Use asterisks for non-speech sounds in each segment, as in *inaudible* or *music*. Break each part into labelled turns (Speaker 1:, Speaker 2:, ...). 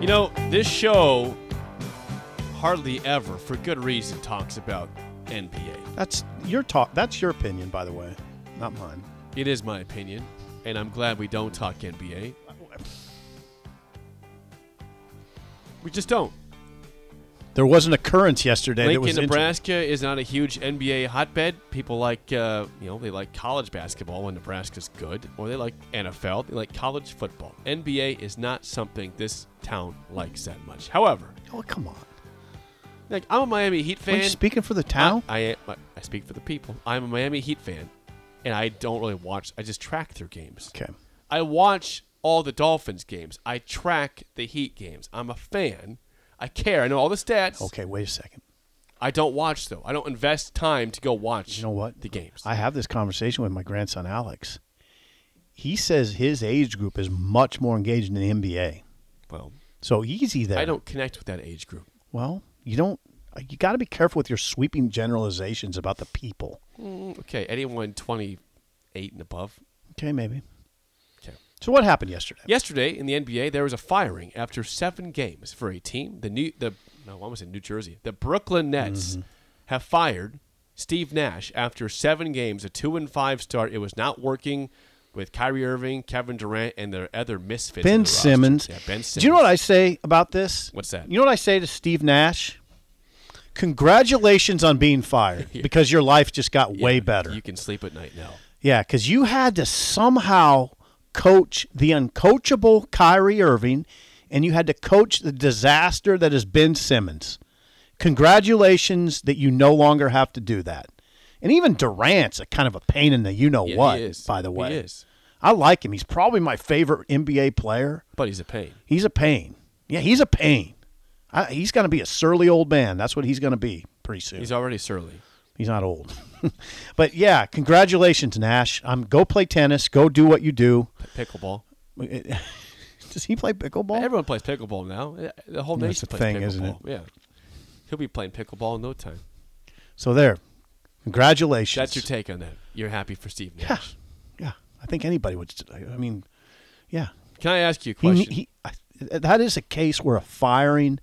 Speaker 1: You know, this show hardly ever, for good reason, talks about NBA.
Speaker 2: That's your talk. That's your opinion, by the way, not mine.
Speaker 1: It is my opinion, and I'm glad we don't talk NBA. We just don't.
Speaker 2: There was an occurrence yesterday that was
Speaker 1: Lincoln,
Speaker 2: inter-
Speaker 1: Nebraska is not a huge NBA hotbed. People like, uh, you know, they like college basketball when Nebraska's good, or they like NFL. They like college football. NBA is not something this town likes that much. However,
Speaker 2: Oh, come on!
Speaker 1: like I'm a Miami Heat fan. Uh,
Speaker 2: Aren't you speaking for the town?
Speaker 1: I, I I speak for the people. I'm a Miami Heat fan, and I don't really watch. I just track their games.
Speaker 2: okay.
Speaker 1: I watch all the Dolphins games. I track the Heat games. I'm a fan. I care. I know all the stats.
Speaker 2: Okay. Wait a second.
Speaker 1: I don't watch though. I don't invest time to go watch.
Speaker 2: You know what?
Speaker 1: The games.
Speaker 2: I have this conversation with my grandson Alex. He says his age group is much more engaged in the NBA.
Speaker 1: well,
Speaker 2: So easy there.
Speaker 1: I don't connect with that age group.
Speaker 2: Well, you don't. You got to be careful with your sweeping generalizations about the people.
Speaker 1: Mm, Okay, anyone 28 and above.
Speaker 2: Okay, maybe.
Speaker 1: Okay.
Speaker 2: So what happened yesterday?
Speaker 1: Yesterday in the NBA, there was a firing after seven games for a team. The new the no, I was in New Jersey. The Brooklyn Nets
Speaker 2: Mm-hmm.
Speaker 1: have fired Steve Nash after seven games, a two and five start. It was not working with Kyrie Irving, Kevin Durant, and their other misfits. in
Speaker 2: Ben
Speaker 1: the roster.
Speaker 2: Simmons.
Speaker 1: Yeah, Ben Simmons.
Speaker 2: Do you know what I say about this?
Speaker 1: What's that?
Speaker 2: You know what I say to Steve Nash? Congratulations on
Speaker 1: *laughs*
Speaker 2: being fired because your life just got
Speaker 1: Yeah,
Speaker 2: way better.
Speaker 1: You can sleep at night now.
Speaker 2: yeah, because you had to somehow coach the uncoachable Kyrie Irving and you had to coach the disaster that is Ben Simmons. Congratulations that you no longer have to do that. And even Durant's a kind of a pain in the you know
Speaker 1: Yeah,
Speaker 2: what,
Speaker 1: he is.
Speaker 2: by the way.
Speaker 1: he is,
Speaker 2: I like him. He's probably my favorite NBA player.
Speaker 1: but he's a pain.
Speaker 2: He's a pain. Yeah, he's a pain. I, he's going to be a surly old man. That's what he's going to be pretty soon.
Speaker 1: He's
Speaker 2: He's,
Speaker 1: already surly.
Speaker 2: not old. *laughs* but yeah, congratulations, Nash. Um, go play tennis. Go do what you do. *laughs*
Speaker 1: Pickleball.
Speaker 2: Does he play pickleball?
Speaker 1: Everyone plays pickleball now. The whole
Speaker 2: That's
Speaker 1: nation
Speaker 2: the
Speaker 1: plays
Speaker 2: thing,
Speaker 1: pickleball.
Speaker 2: isn't it?
Speaker 1: Yeah, he'll be playing pickleball in no time.
Speaker 2: so there. Congratulations.
Speaker 1: That's your take on that. You're happy for Steve Nash.
Speaker 2: *sighs* Yeah. Yeah. I think anybody would. st- I mean, yeah.
Speaker 1: Can I ask you a
Speaker 2: He,
Speaker 1: question?
Speaker 2: he, I, that is a case where a firing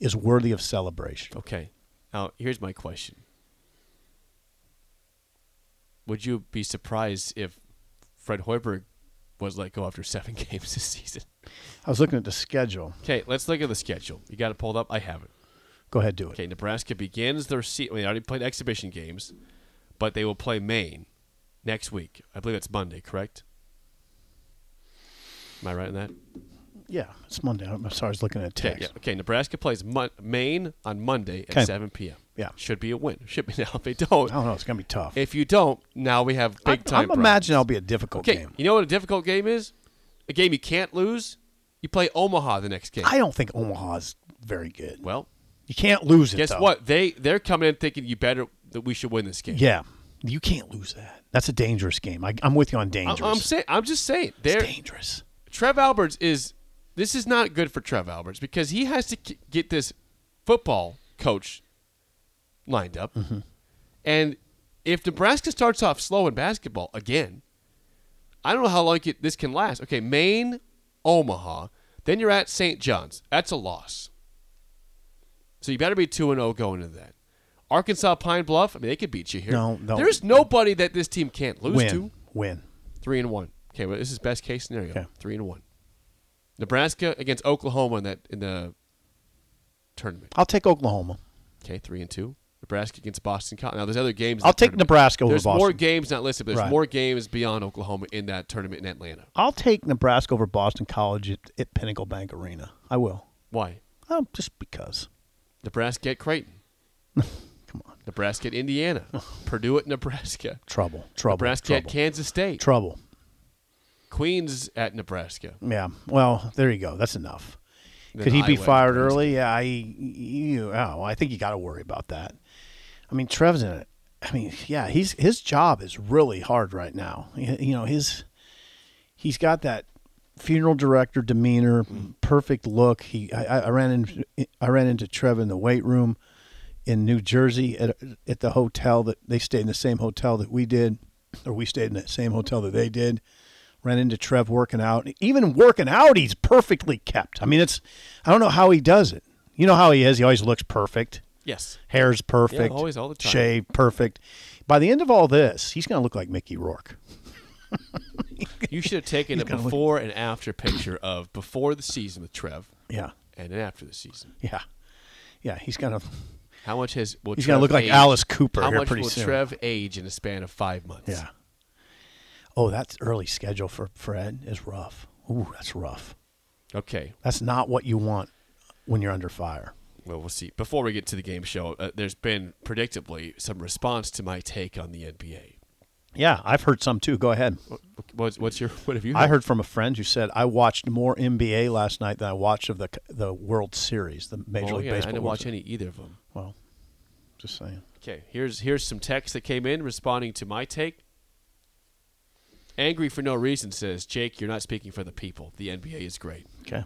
Speaker 2: is worthy of celebration.
Speaker 1: okay. Now, here's my question. Would you be surprised if Fred Hoiberg was let go after seven *laughs* games this season?
Speaker 2: I was looking at the schedule.
Speaker 1: Okay, let's look at the schedule. You got it pulled up? I have it.
Speaker 2: Go ahead, do it.
Speaker 1: Okay, Nebraska begins their season. Well, they already played exhibition games, but they will play Maine next week. I believe it's Monday, correct? Am I right in that?
Speaker 2: Yeah, it's Monday. I'm sorry, I was looking at
Speaker 1: Okay,
Speaker 2: text.
Speaker 1: yeah. okay. Nebraska plays Mon- Maine on Monday at
Speaker 2: Okay.
Speaker 1: 7 p.m.
Speaker 2: Yeah.
Speaker 1: should be a win. Should be *laughs* now. If they don't,
Speaker 2: I don't know. It's gonna be tough.
Speaker 1: if you don't, now we have big time.
Speaker 2: I'm imagining it'll be a difficult
Speaker 1: Okay,
Speaker 2: game.
Speaker 1: you know what a difficult game is? A game you can't lose. You play Omaha the next game.
Speaker 2: I don't think Omaha's very good.
Speaker 1: well,
Speaker 2: You can't lose it.
Speaker 1: guess
Speaker 2: though.
Speaker 1: what? They they're coming in thinking you better that we should win this game.
Speaker 2: Yeah, you can't lose that. That's a dangerous game. I, I'm with you on
Speaker 1: I,
Speaker 2: dangerous.
Speaker 1: am saying. I'm just saying.
Speaker 2: it's
Speaker 1: They're,
Speaker 2: dangerous.
Speaker 1: Trev Alberts is. This is not good for Trev Alberts because he has to k- get this football coach lined up,
Speaker 2: Mm-hmm.
Speaker 1: and if Nebraska starts off slow in basketball again, I don't know how long it- this can last. Okay, Maine, Omaha, then you're at St. John's. That's a loss. So you better be two and zero going into that. Arkansas Pine Bluff. I mean, they could beat you here.
Speaker 2: No, no.
Speaker 1: There's nobody that this team can't lose
Speaker 2: Win,
Speaker 1: to
Speaker 2: win.
Speaker 1: three and one. Okay, well, this is best case scenario.
Speaker 2: Okay.
Speaker 1: Three and one. Nebraska against Oklahoma in that in the tournament.
Speaker 2: I'll take Oklahoma.
Speaker 1: Okay, three and two. Nebraska against Boston College. Now there's other games. in
Speaker 2: I'll
Speaker 1: the
Speaker 2: take
Speaker 1: tournament.
Speaker 2: Nebraska over
Speaker 1: There's
Speaker 2: Boston.
Speaker 1: more games not listed, but there's
Speaker 2: Right.
Speaker 1: more games beyond Oklahoma in that tournament in Atlanta.
Speaker 2: I'll take Nebraska over Boston College at, at Pinnacle Bank Arena. I will.
Speaker 1: Why?
Speaker 2: Oh, just because.
Speaker 1: Nebraska at Creighton.
Speaker 2: *laughs* Come on,
Speaker 1: Nebraska at
Speaker 2: *laughs*
Speaker 1: Indiana. Purdue at Nebraska.
Speaker 2: trouble, trouble,
Speaker 1: Nebraska
Speaker 2: trouble,
Speaker 1: at Kansas State.
Speaker 2: trouble.
Speaker 1: Queens at Nebraska.
Speaker 2: Yeah. Well, there you go. That's enough. Could he
Speaker 1: I
Speaker 2: be
Speaker 1: went
Speaker 2: fired
Speaker 1: Nebraska.
Speaker 2: early? Yeah, I, you, oh, I think you got to worry about that. I mean, Trev's in it. I mean, yeah, he's his job is really hard right now. Y- You know, his he's got that funeral director demeanor,
Speaker 1: Mm-hmm.
Speaker 2: perfect look. He, I, I- I ran into I ran into Trev in the weight room in New Jersey at at the hotel that they stayed in the same hotel that we did, or we stayed in that same hotel that they did. Ran into Trev working out. Even working out, he's perfectly kept. I mean, it's I don't know how he does it. You know how he is. He always looks perfect.
Speaker 1: Yes.
Speaker 2: Hair's perfect.
Speaker 1: Yeah, always, all the time.
Speaker 2: Shaved, perfect. By the end of all this, he's going to look like Mickey Rourke.
Speaker 1: You should have
Speaker 2: *laughs*
Speaker 1: taken a before and after picture of before the season with Trev
Speaker 2: Yeah,
Speaker 1: and then after the season.
Speaker 2: yeah, yeah. He's going to.
Speaker 1: How much has will
Speaker 2: He's gonna
Speaker 1: Trev
Speaker 2: look like
Speaker 1: age-
Speaker 2: Alice Cooper
Speaker 1: How
Speaker 2: here
Speaker 1: much
Speaker 2: pretty
Speaker 1: will
Speaker 2: soon.
Speaker 1: Trev age in a span of five months?
Speaker 2: Yeah. Oh, that's early schedule for Fred is rough. Ooh, that's rough.
Speaker 1: Okay.
Speaker 2: That's not what you want when you're under fire.
Speaker 1: Well, we'll see. Before we get to the game show, uh, there's been predictably some response to my take on the NBA.
Speaker 2: Yeah, I've heard some too. Go ahead.
Speaker 1: What's, what's your what have you?
Speaker 2: I heard from a friend who said I watched more NBA last night than I watched of the the World Series, the Major
Speaker 1: Oh,
Speaker 2: League
Speaker 1: yeah,
Speaker 2: Baseball.
Speaker 1: I didn't
Speaker 2: World
Speaker 1: watch
Speaker 2: Series.
Speaker 1: any either of them.
Speaker 2: Well, just saying.
Speaker 1: Okay, here's here's some text that came in responding to my take. Angry for no reason says Jake, you're not speaking for the people. The NBA is great.
Speaker 2: Okay.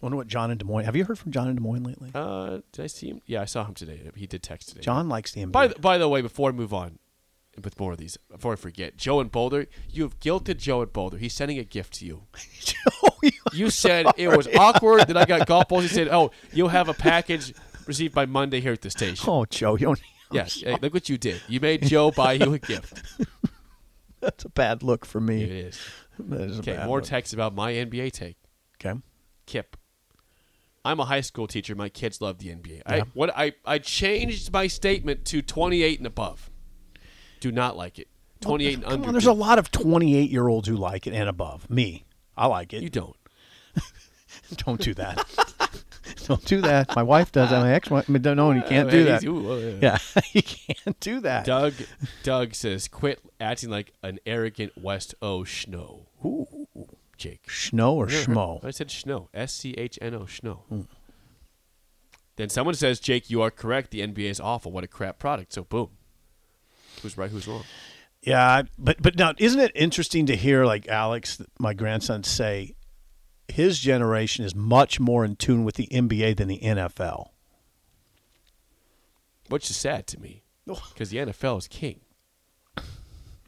Speaker 2: Wonder what John and Des Moines. Have you heard from John and Des Moines lately?
Speaker 1: Uh, did I see him? Yeah, I saw him today. He did text today.
Speaker 2: John likes the NBA. *laughs*
Speaker 1: By the, by the way, before I move on with more of these, before I forget, Joe and Boulder, you have guilted Joe and Boulder. He's sending a gift to you. *laughs* You
Speaker 2: *laughs*
Speaker 1: said it was awkward that I got golf balls. He said, "Oh, you'll have a package received by Monday here at the station."
Speaker 2: oh, Joe, you *laughs* don't.
Speaker 1: Yes, hey, look what you did. You made
Speaker 2: *laughs*
Speaker 1: Joe buy you a gift.
Speaker 2: That's a bad look for me.
Speaker 1: It is.
Speaker 2: That is a
Speaker 1: Okay,
Speaker 2: bad
Speaker 1: more
Speaker 2: look.
Speaker 1: text about my NBA take.
Speaker 2: okay.
Speaker 1: Kip. I'm a high school teacher. My kids love the NBA. I what I, I changed my statement to 28 and above. Do not like it. 28 and
Speaker 2: Come
Speaker 1: under.
Speaker 2: on, there's
Speaker 1: do.
Speaker 2: a lot of 28 year olds who like it and above. Me, I like it.
Speaker 1: you don't.
Speaker 2: don't do that. *laughs* don't do that. My wife does that. My ex wife. No, no, you can't
Speaker 1: Uh,
Speaker 2: do
Speaker 1: he's-
Speaker 2: that.
Speaker 1: ooh, uh,
Speaker 2: Yeah, *laughs* you can't do that.
Speaker 1: Doug Doug says quit acting like an arrogant West O schno. Jake.
Speaker 2: Schno or
Speaker 1: Never heard- *laughs*
Speaker 2: schmo? Hmm.
Speaker 1: I said schno. S C H N O schno. Then someone says, Jake, you are correct. The NBA is awful. What a crap product. So boom. Who's right? Who's wrong?
Speaker 2: Yeah, I- but but now isn't it interesting to hear like Alex, my grandson, say his generation is much more in tune with the NBA than the NFL.
Speaker 1: Which is sad to me because the NFL is king.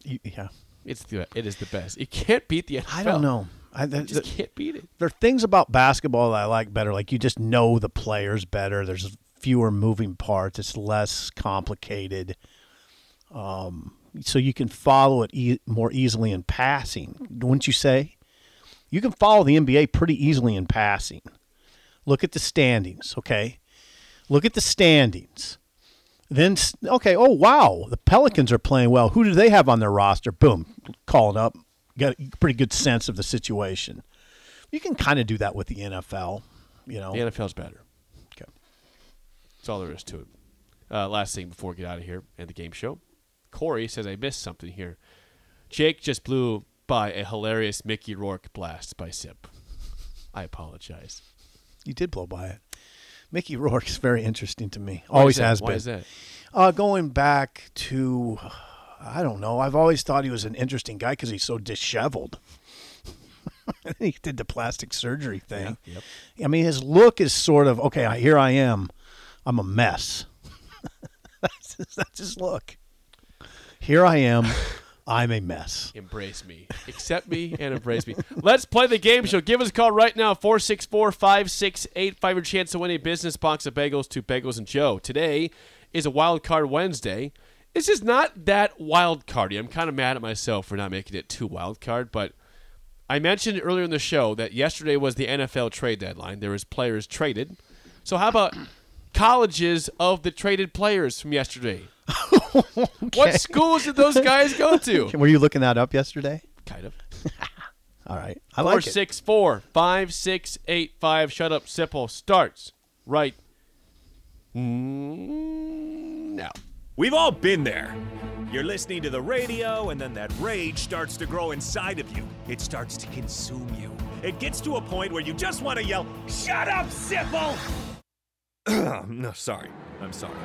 Speaker 2: You- Yeah,
Speaker 1: It's the it is the best. It can't beat the NFL.
Speaker 2: I don't know. I, the,
Speaker 1: You just can't beat it.
Speaker 2: there are things about basketball that I like better. Like you just know the players better. There's fewer moving parts. It's less complicated. Um, so you can follow it e- more easily in passing, wouldn't you say? You can follow the NBA pretty easily in passing. Look at the standings, okay? Look at the standings. Then, s- okay, oh, wow, the Pelicans are playing well. Who do they have on their roster? Boom, calling up. Got a pretty good sense of the situation. You can kind of do that with the NFL, you know.
Speaker 1: The NFL's better.
Speaker 2: Okay.
Speaker 1: That's all there is to it. Uh, last thing before we get out of here and the game show, Corey says I missed something here. Jake just blew by a hilarious Mickey Rourke blast by Sip. I apologize.
Speaker 2: You did blow by it. Mickey Rourke is very interesting to me.
Speaker 1: Why is
Speaker 2: Always
Speaker 1: that?
Speaker 2: has
Speaker 1: Why
Speaker 2: been.
Speaker 1: is that?
Speaker 2: Uh, going back to, I don't know. I've always thought he was an interesting guy because he's so disheveled. *laughs* he did the plastic surgery thing. I mean, his look is sort of okay. I- Here I am. I'm a mess. *laughs* that's, his, that's his look. Here I am. I'm
Speaker 1: *laughs*
Speaker 2: a mess.
Speaker 1: Embrace me. Accept me and embrace me. Let's play the game show. Give us a call right now, 464 5685. Your chance to win a business box of bagels to Bagels and Joe. Today is a wild card Wednesday. This is not that wild cardy. I'm kind of mad at myself for not making it too wild card, but I mentioned earlier in the show that yesterday was the NFL trade deadline. There was players traded. So how about colleges of the traded players from yesterday? What schools did those guys go
Speaker 2: *laughs*
Speaker 1: to?
Speaker 2: Were you looking that up yesterday?
Speaker 1: Kind of.
Speaker 2: All right. I
Speaker 1: Four
Speaker 2: like it.
Speaker 1: six four five six eight five. Shut up, Sipple. Starts right mm, now.
Speaker 3: We've all been there. You're listening to the radio, and then that rage starts to grow inside of you. It starts to consume you. It gets to a point where you just want to yell, Shut up, Sipple! *clears throat* no, sorry. I'm sorry.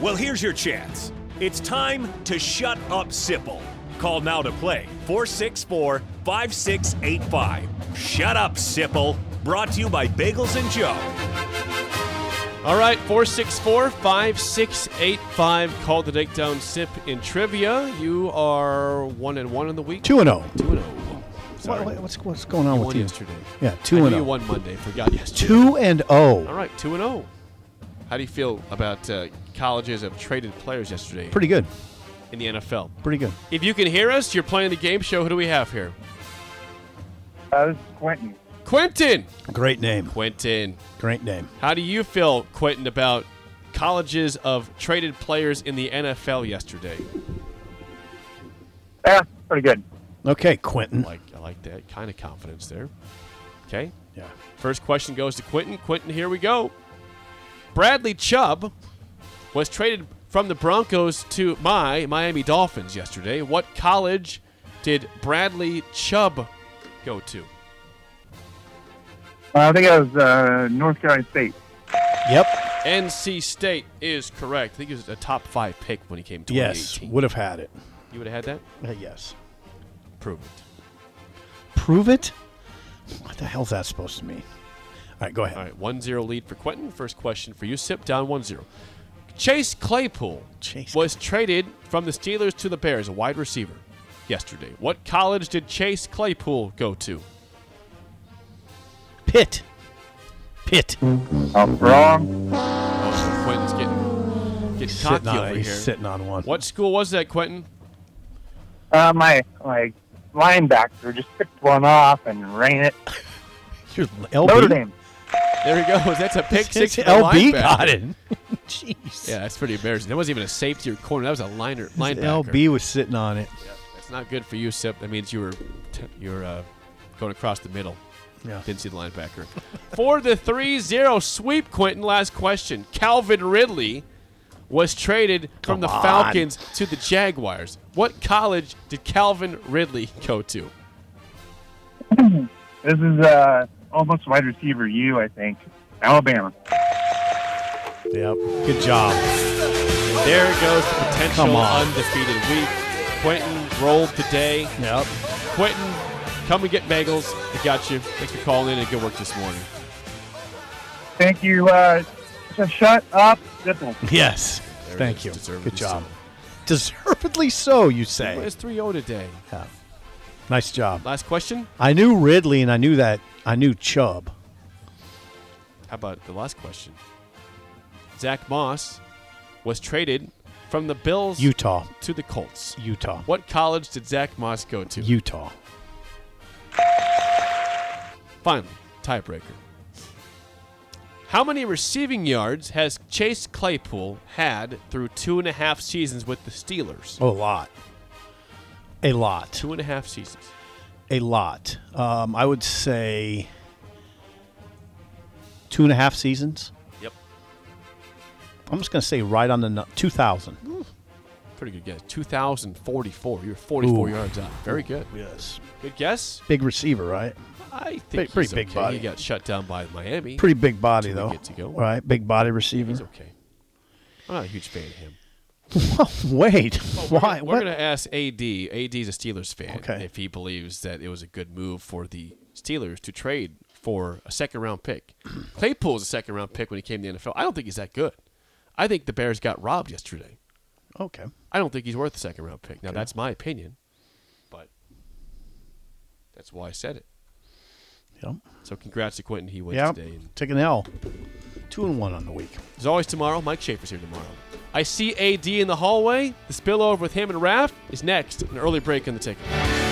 Speaker 3: Well, here's your chance. It's time to shut up, Sipple. Call now to play 464 5685. Shut up, Sipple. Brought to you by Bagels and Joe.
Speaker 1: All right, 464 5685. Call the take down sip in trivia. You are 1 and 1 in the week.
Speaker 2: Two and zero.
Speaker 1: 2 and 0. Sorry.
Speaker 2: What, what's what's going on
Speaker 1: You
Speaker 2: with
Speaker 1: won
Speaker 2: you?
Speaker 1: yesterday.
Speaker 2: Yeah,
Speaker 1: I
Speaker 2: two and
Speaker 1: knew you
Speaker 2: zero.
Speaker 1: won Monday. Forgot yesterday.
Speaker 2: Two and oh.
Speaker 1: All
Speaker 2: zero.
Speaker 1: right, 2 and 0. How do you feel about uh, colleges of traded players yesterday
Speaker 2: Pretty good.
Speaker 1: in the NFL?
Speaker 2: Pretty good.
Speaker 1: If you can hear us, you're playing the game show. Who do we have here?
Speaker 4: Uh, this is Quentin.
Speaker 1: Quentin.
Speaker 2: Great name.
Speaker 1: Quentin.
Speaker 2: Great name.
Speaker 1: How do you feel, Quentin, about colleges of traded players in the NFL yesterday?
Speaker 4: Yeah, pretty good.
Speaker 2: Okay, Quentin.
Speaker 1: Like, I like that kind of confidence there. Okay.
Speaker 2: Yeah.
Speaker 1: First question goes to Quentin. Quentin, here we go. Bradley Chubb was traded from the Broncos to my Miami Dolphins yesterday. What college did Bradley Chubb go to?
Speaker 4: Uh, I think it was uh, North Carolina State.
Speaker 2: Yep.
Speaker 1: NC State is correct. I think he was a top five pick when he came to
Speaker 2: Yes.
Speaker 1: 2018.
Speaker 2: Would have had it.
Speaker 1: You would have had that?
Speaker 2: Uh, yes.
Speaker 1: Prove it.
Speaker 2: Prove it. What the hell's that supposed to mean? All right, go ahead.
Speaker 1: All right, 1 0 lead for Quentin. First question for you. Sip down 1 0. Chase Claypool
Speaker 2: Chase
Speaker 1: was traded from the Steelers to the Bears, a wide receiver, yesterday. What college did Chase Claypool go to?
Speaker 2: Pitt. Pitt.
Speaker 4: I'm wrong.
Speaker 1: Oh, Quentin's getting, getting cocky
Speaker 2: Sitting on,
Speaker 1: over
Speaker 2: he's
Speaker 1: here.
Speaker 2: sitting on one.
Speaker 1: What school was that, Quentin?
Speaker 4: Uh, my my linebacker just picked one off and ran it.
Speaker 2: Your LB?
Speaker 4: Notre Dame.
Speaker 1: There he goes.
Speaker 2: *laughs*
Speaker 1: That's a pick six. for the
Speaker 2: LB
Speaker 1: linebacker. *laughs*
Speaker 2: got it. Jeez.
Speaker 1: Yeah, that's pretty embarrassing. That wasn't even a safety or corner. That was a liner linebacker.
Speaker 2: LB was sitting on it.
Speaker 1: That's not good for you, Sip. That means you were t- you're uh, going across the middle.
Speaker 2: Yeah.
Speaker 1: Didn't see the
Speaker 2: *laughs*
Speaker 1: linebacker. For the 3 0 sweep, Quentin, last question. Calvin Ridley was traded from
Speaker 2: Come
Speaker 1: the
Speaker 2: on.
Speaker 1: Falcons to the Jaguars. What college did Calvin Ridley go to?
Speaker 4: This is uh, almost wide receiver U, I think. Alabama.
Speaker 2: Yep. Good job.
Speaker 1: There goes the
Speaker 2: Come
Speaker 1: potential
Speaker 2: on.
Speaker 1: undefeated week. Quentin rolled today.
Speaker 2: Yep.
Speaker 1: Quentin, come and get bagels. I got you. Thanks for calling in and good work this morning.
Speaker 4: Thank you. Uh, just shut up, Sipple.
Speaker 2: Yes.
Speaker 1: There it
Speaker 2: Thank
Speaker 1: is.
Speaker 2: you.
Speaker 1: Deservedly
Speaker 2: Good job.
Speaker 1: so.
Speaker 2: Deservedly so, you say.
Speaker 1: It's 3 0 today.
Speaker 2: Yeah. Nice job.
Speaker 1: Last question.
Speaker 2: I knew Ridley and I knew that. I knew Chubb.
Speaker 1: How about the last question? Zach Moss was traded from the Bills
Speaker 2: Utah.
Speaker 1: to the Colts.
Speaker 2: Utah.
Speaker 1: What college did Zach Moss go to?
Speaker 2: Utah.
Speaker 1: Finally, tiebreaker. How many receiving yards has Chase Claypool had through two and a half seasons with the Steelers?
Speaker 2: A lot. A lot.
Speaker 1: Two and a half seasons.
Speaker 2: A lot. Um, I would say two and a half seasons.
Speaker 1: Yep.
Speaker 2: I'm just going to say right on the nu- 2,000.
Speaker 1: Pretty good guess. 2,044. You're 44
Speaker 2: Ooh.
Speaker 1: yards out. Very good.
Speaker 2: Yes.
Speaker 1: Good guess.
Speaker 2: Big receiver, right?
Speaker 1: I think
Speaker 2: Pretty- pretty
Speaker 1: he's
Speaker 2: big
Speaker 1: okay.
Speaker 2: body.
Speaker 1: He got shut down by Miami.
Speaker 2: Pretty big body,
Speaker 1: Two we
Speaker 2: though.
Speaker 1: get to go.
Speaker 2: Right? Big body receiver.
Speaker 1: He's okay. I'm not a huge fan of him.
Speaker 2: *laughs* Wait.
Speaker 1: We're
Speaker 2: Why?
Speaker 1: gonna- We're
Speaker 2: what?
Speaker 1: going to ask AD. AD's a Steelers fan.
Speaker 2: Okay.
Speaker 1: If he believes that it was a good move for the Steelers to trade for a second round pick.
Speaker 2: *clears throat*
Speaker 1: Claypool was a second round pick when he came to the NFL. I don't think he's that good. I think the Bears got robbed yesterday.
Speaker 2: Okay.
Speaker 1: I don't think he's worth a second round pick. Now, that's my opinion, but that's why I said it.
Speaker 2: Yep.
Speaker 1: So, congrats to Quentin. He wins
Speaker 2: Yeah.
Speaker 1: today. And
Speaker 2: Take an L. Two and one on the week.
Speaker 1: As always, tomorrow, Mike Schaefer's here tomorrow. I see AD in the hallway. The spillover with him and Raph is next. An early break in the ticket.